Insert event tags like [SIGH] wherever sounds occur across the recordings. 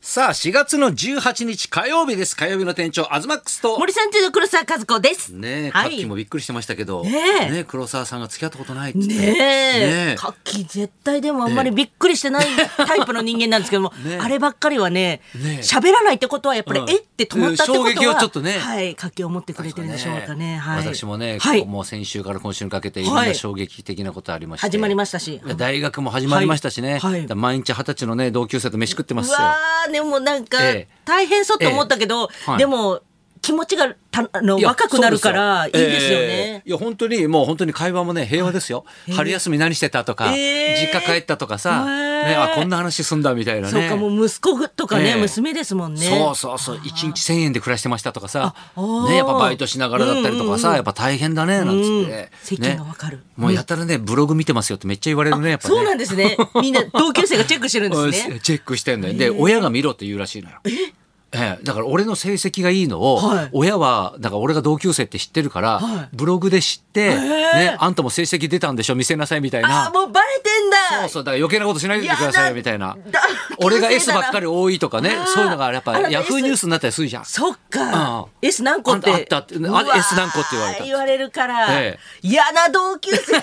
さあ、4月の18日火曜日です。火曜日の店長、アズマックスと。森さんちの黒沢和子です。ねえ、はカッキい。ーもびっくりしてましたけど、ねえねえ黒沢さんが付き合ったことないって言って。ねねええ、カッキー絶対でもあんまりびっく [LAUGHS] りしてないタイプの人間なんですけども、ねえあればっかりはねねえ、喋、らないってことはやっぱり、うんえって止まったってことは、衝撃をちょっとねはい、カッキー思ってくれてるんでしょうかね。はい、私もね、はい、もう先週から今週にかけていろんな衝撃的なことありまして、始まりましたし。う大学も始まりましたしね、はいはいだから毎日二十歳のね同級生と飯食ってますよわー、でもなんかええ、大変そうと思ったけど、えはいでも、気持ちがたあのいや若くなるから、いいそうですよね。えーいや本当にもう本当に会話もね平和ですよ、春休み何してたとか、えー実家帰ったとかさ、えーね、あこんな話すんだみたいなねそうか、もう息子とかね、ええ娘ですもんね。そうそうそう一日1,000円で暮らしてましたとかさあお、ーね、やっぱバイトしながらだったりとかさ、うんうんうんやっぱ大変だねなんつって、うん世間がわかるね、もうやたらねブログ見てますよってめっちゃ言われるねやっぱねそうなんですね。 [LAUGHS] みんな同級生がチェックしてるんですね。チェックしてんだよで親が見ろって言うらしいのよ。ええ、だから俺の成績がいいのを、はい親はだから俺が同級生って知ってるから、はいブログで知って、ね、あんたも成績出たんでしょ見せなさいみたいあなー、もうバレてんだ。そうそうだから余計なことしないでくださやいだみたいなだ俺が S ばっかり多いとかねあーそういうのがやっぱあなたヤフー S ニュースになったりするじゃん。そうんっか。S 何個って。あんたあったってあうわー S 何個って言われた言われるからええ。嫌な同級生だな。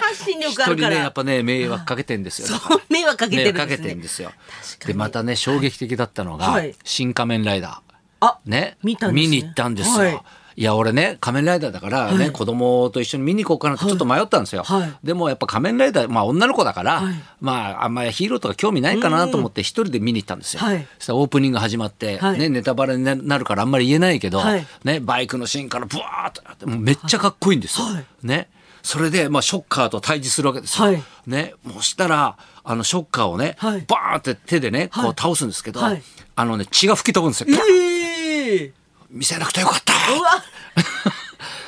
発信力一あ人るかねやらっ。ぱね迷惑かけてんですよ。だかそう迷惑からけてるんですね迷惑かけてんですよ。確かでにまたね衝撃的だったのが、はい新仮面ライダー。あ、ね、見たんですねに行ったんですよ。はいい、や俺ね仮面ライダーだからね、はい子供と一緒に見に行こうかなってちょっと迷ったんですよ、はいでもやっぱ仮面ライダー、まあ、女の子だから、はいまああんまりヒーローとか興味ないかなと思って一人で見に行ったんですよ、はいそしたらオープニング始まって、はいね、ネタバレになるからあんまり言えないけど、はいね、バイクのシーンからブワーッとなってもうめっちゃかっこいいんですよ、はいね、それで、まあ、ショッカーと対峙するわけですよ、はいね、もうしたらあのショッカーをね、はいバーンって手でねこはうい倒すんですけど、はいあのね血が吹き飛ぶんですよ、ええ。見せなくてよかったうわ。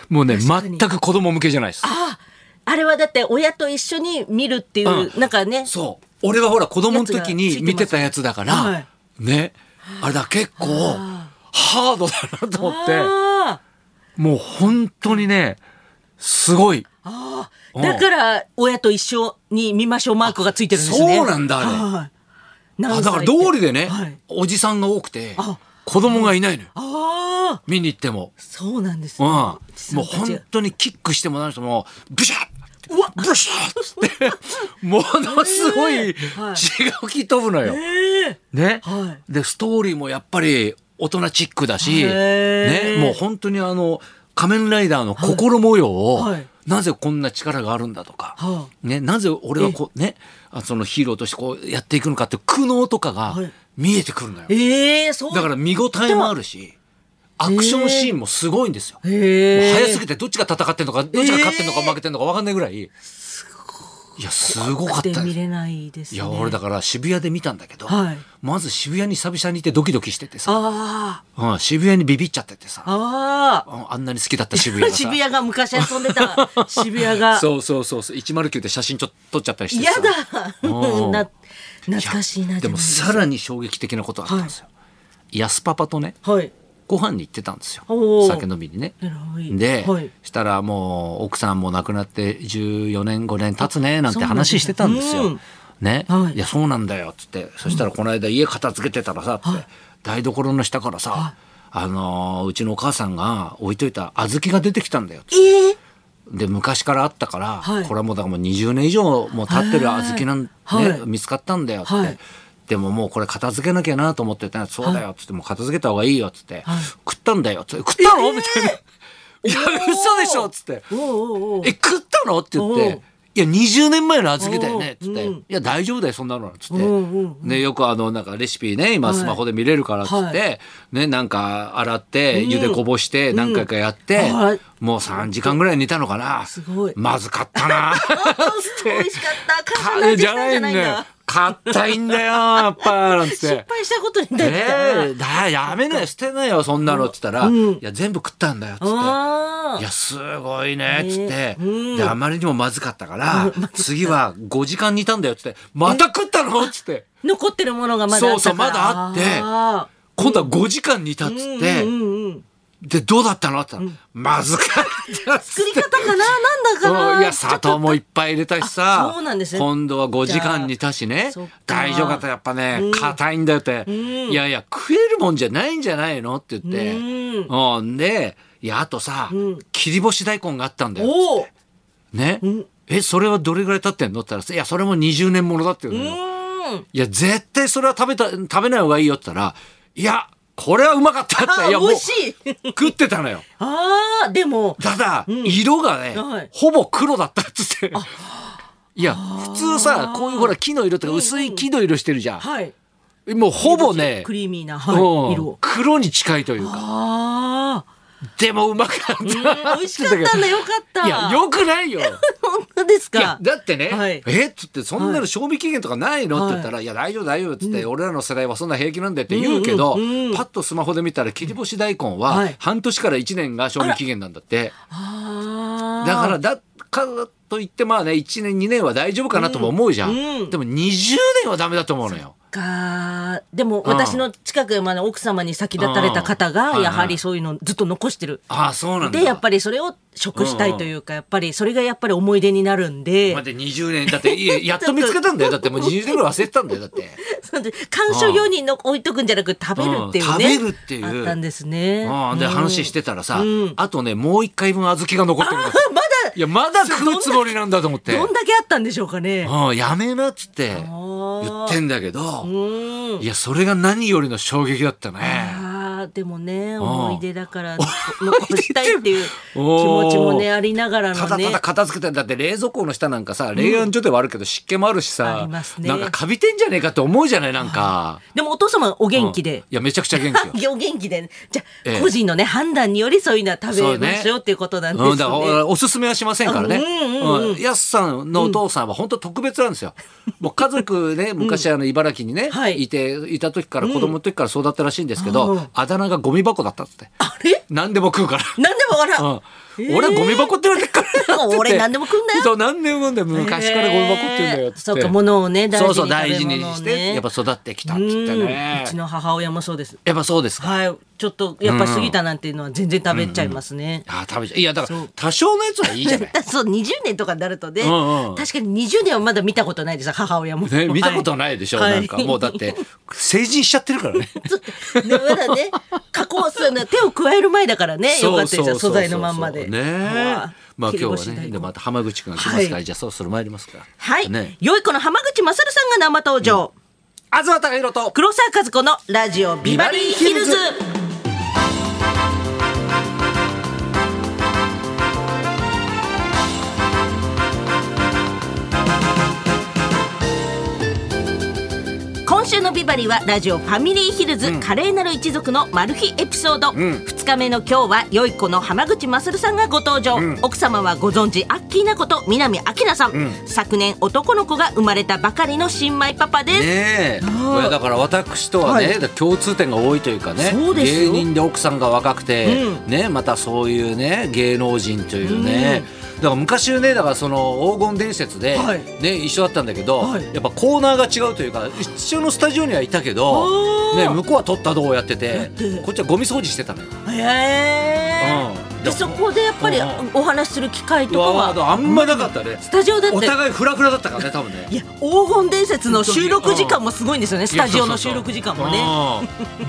もうね確か全にく子供向けじゃないですあ、あれはだって親と一緒に見るっていうう、なんかね。そう俺はほら子供の時に見てたやつだから、はいねあれだ結構ハードだなと思ってあもう本当にねすごいーあうんー。だから親と一緒に見ましょうマークがついてるんですね。そうなんだあれはい。あ何だ歳からって道理でね、はいおじさんが多くてあ子供がいないのよああ。見に行っても。そうなんですうん、ね。もおじうさんたちが本当にキックしても何してもブシャッブシャッ [LAUGHS] つってものすごいえ血ーはいが吹き飛ぶのよ。ええね、はでストーリーもやっぱり大人チックだし、ねへー、もう本当にあの仮面ライダーの心模様を、はいはいなぜこんな力があるんだとか、はね、なぜ俺はこうねあそのヒーローとしてこうやっていくのかって苦悩とかがはい見えてくるのよ、ええそう。、だからら見応えもあるしアクションシーンもすごいんですよ、えもえう早すぎてどっちが戦ってんのかどっちが勝ってんのかえー負けてんのか分かんないぐらい、いやすごかったでです見れないです、いね。や俺だから渋谷で見たんだけど、はいまず渋谷に久々にいてドキドキしててさ、あうん、渋谷にビビっちゃっててさあ、ああ。ああんなに好きだった渋谷がさ [LAUGHS] 渋谷が昔遊んで [LAUGHS] た渋谷が。そうそうそうそう109で写真ちょっと撮っちゃったりしてやさだ。うん [LAUGHS] な懐かしいな。でもさらに衝撃的なことあったんですよ、安パパとねはい。ご飯に行ってたんですよおー酒飲みにねなるほどで、はいしたらもう奥さんも亡くなって14年5年経つねなんて話してたんですよ。そうなんですね、はいい、やそうなんだよっつってそしたらこの間家片付けてたらさって、はい台所の下からさ、あのーうちのお母さんが置いといた小豆が出てきたんだよっつってええで昔からあったから、はいこれはもうだからもう20年以上もう経ってるはい小豆なん、ねはい見つかったんだよって、はいでももうこれ片付けなきゃなと思ってたらそうだよっつって、もう片付けた方がいいよっつって、はい食ったんだよっつって食ったの、えーみたいな「いや嘘でしょ」っつっておうおうお「うえ食ったの?」って言っておう。いや20年前の小豆だよねっつって「おううんいや大丈夫だよそんなの」っつって、うんうんうんね、よくあのなんかレシピね今はいスマホで見れるからっつって、はね、なんか洗ってうん茹でこぼして何回かやって、うんはいもう3時間ぐらい煮たのかなすごいまずかった [LAUGHS] な美味しかった。簡か単じじゃゃなないいんんだだよ硬いんだよやっぱなんつっ失 [LAUGHS] て。敗したことに対して。えー、だやめなよ捨てなよそんなのっつったら、うんいや全部食ったんだよっつってああ。いやすごいねっつってね、うんであまりにもまずかったから次は5時間煮たんだよっつってまた食ったのっつって残ってるものがまだあったからそうそうまだあってあ今度は5時間煮たっつーってうんうんうんでどうだったのって言ったらまずかっ作り方かななんだかそうないや砂糖もいっぱい入れたしさあそうなんですね今度は5時間煮たしねじゃあそっか大丈夫かったやっぱね硬いんだよって、いやいや食えるもんじゃないんじゃないのって言ってうんうんでいやあとさ、ん切り干し大根があったんだよおおね、えそれはどれぐらい経ってんのって言ったら「いやそれも20年ものだ」って言うのよ、うんいや絶対それは食べた食べない方がいいよって言ったら「いやこれはうまかった」ってあいや美味しい [LAUGHS] 食ってたのよあーでもただ、色がね、はいほぼ黒だったっつって。いや、普通さ、こういうほら、木の色とか薄い木の色してるじゃん。はいもうほぼね、クリーミーな、うはんい、色黒に近いというか。ああでもうまかったって言てたけど。美味しか [LAUGHS] ったんだよかったいや、よくないよ。い本当ですかや、だってね、はいえっつって、そんなの賞味期限とかないの、って言ったら、いや、大丈夫大丈夫っつって、俺らの世代はそんな平気なんだよって言うけど、うんうんうんパッとスマホで見たら、切り干し大根は、はい半年から1年が賞味期限なんだって。あーだからだからといってまあね1年2年は大丈夫かなとも思うじゃん、うんうんでも20年はダメだと思うのよ。かでもうん私の近くまで奥様に先立たれた方うんがはいやはりそういうのずっと残してる。ああそうなんだ。でやっぱりそれを食したいというかやっぱりそれがやっぱり思い出になるんで待って20年だってい [LAUGHS] ややっと見つけたんだよだってもう20年ぐらい忘れてたんだよだって。そうで鑑賞用にの置いとくんじゃなく食べるっていううねん食べるっていうあったんですね。ああでうん話してたらさ、うんあとねもう一回分小豆が残ってるん [LAUGHS] だまだいやまだ食うつもりなんだと思って。どんだけあったんでしょう [LAUGHS] かね。うんやめなっつって言言ってんだけど、うんいやそれが何よりの衝撃だったね。あーでもねん思い出 [LAUGHS] だから残したいっていう気持ちもねありながらたのだたねだ片付けてだって冷蔵庫の下なんかさ冷暗所ではあるけど湿気もあるしあさ、りますねなんかカビてんじゃねえかって思うじゃないなんかでもお父様お元気うんで。いやめちゃくちゃ元気よお元気でじゃあ、ええ個人のね判断によりそういうのはそ食べうねましょうっていうこと [LAUGHS] なんですうね。ん、だからおすすめはしませんからね。うんうんうんやすさんのお父さんは本当特別なんですよ。もう家族 [LAUGHS] ね、昔あの茨城にね、はいいて、いた時から子供の時からそうだったらしいんですけど、うんあだ名がゴミ箱だったっつって。あれ何でも食うから。なんでもあら、 [LAUGHS] うんへー俺はゴミ箱って言われてっからなって俺何でも食うんだよそう何でも食うんだよ昔からゴミ箱って言うんだよっつってそうか物をね大事にそうそう大事に食しべ物てをねやっぱ育ってきたっうつってんねうちの母親もそうです。やっぱそうですかはい、ちょっとやっぱ過ぎたなんていうのは全然食べちゃいますね。あ食べちゃういやだかそらう多少のやつはいい [LAUGHS] じゃないそう20年とかになるとね、うんうん確かに20年はまだ見たことないです母親も、ね、見たこといないでしょ、はいなんか [LAUGHS] もうだって成人しちゃってるからねね、まだね加工するの手を加える前だからねよかったじゃん素材のまんまでねはまあ今切日りは干し大ね根でまた浜口くんが来ますから、はいじゃあそろそろ参りますからはい、ね良い子の浜口勝さんが生登場、東貴弘と黒沢和子のラジオビバリーヒルズ今週のビバリーはラジオファミリーヒルズ、華麗なる一族のマル秘エピソード、ん2日目の今日は良い子の浜口勝さんがご登場、奥様はご存知アッキーなこと南明さん、昨年男の子が生まれたばかりの新米パパです、ねえ、これだから私とはね、共通点が多いというかねそうです芸よ人で奥さんが若くて、ね、またそういうね芸能人というね、だから昔ねだからその黄金伝説で、はいね、一緒だったんだけど、はいやっぱコーナーが違うというか一緒のスタジオにはいたけど、あーね、向こうは取ったどうやってててこっちはゴミ掃除してたのよ。へうんえ。でそこでやっぱりうんお話しする機会とかわーはあんまなかったねスタジオだっおて。互いフラフラだったからね多分ねい。や黄金伝説の収録時間もすごいんですよねスタジオの収録時間もねね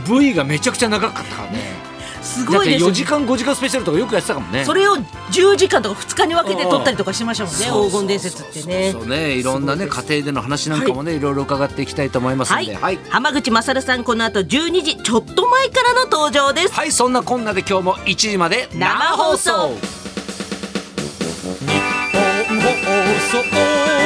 [LAUGHS] V がめちゃくちゃ長かったからねすだっごいてです4よ時間5時間スペシャルとかよくやってたかもねそれを10時間とか2日に分けて撮ったりとかしましたもんねそう黄金伝説ってねそうそうそうねいろんなね家すごいです庭での話なんかもね、い、ろいろ伺っていきたいと思いますはのいではい、はい浜口勝さんこの後12時ちょっと前からの登場ですそんなこんなで今日も1時まで生放送日本放送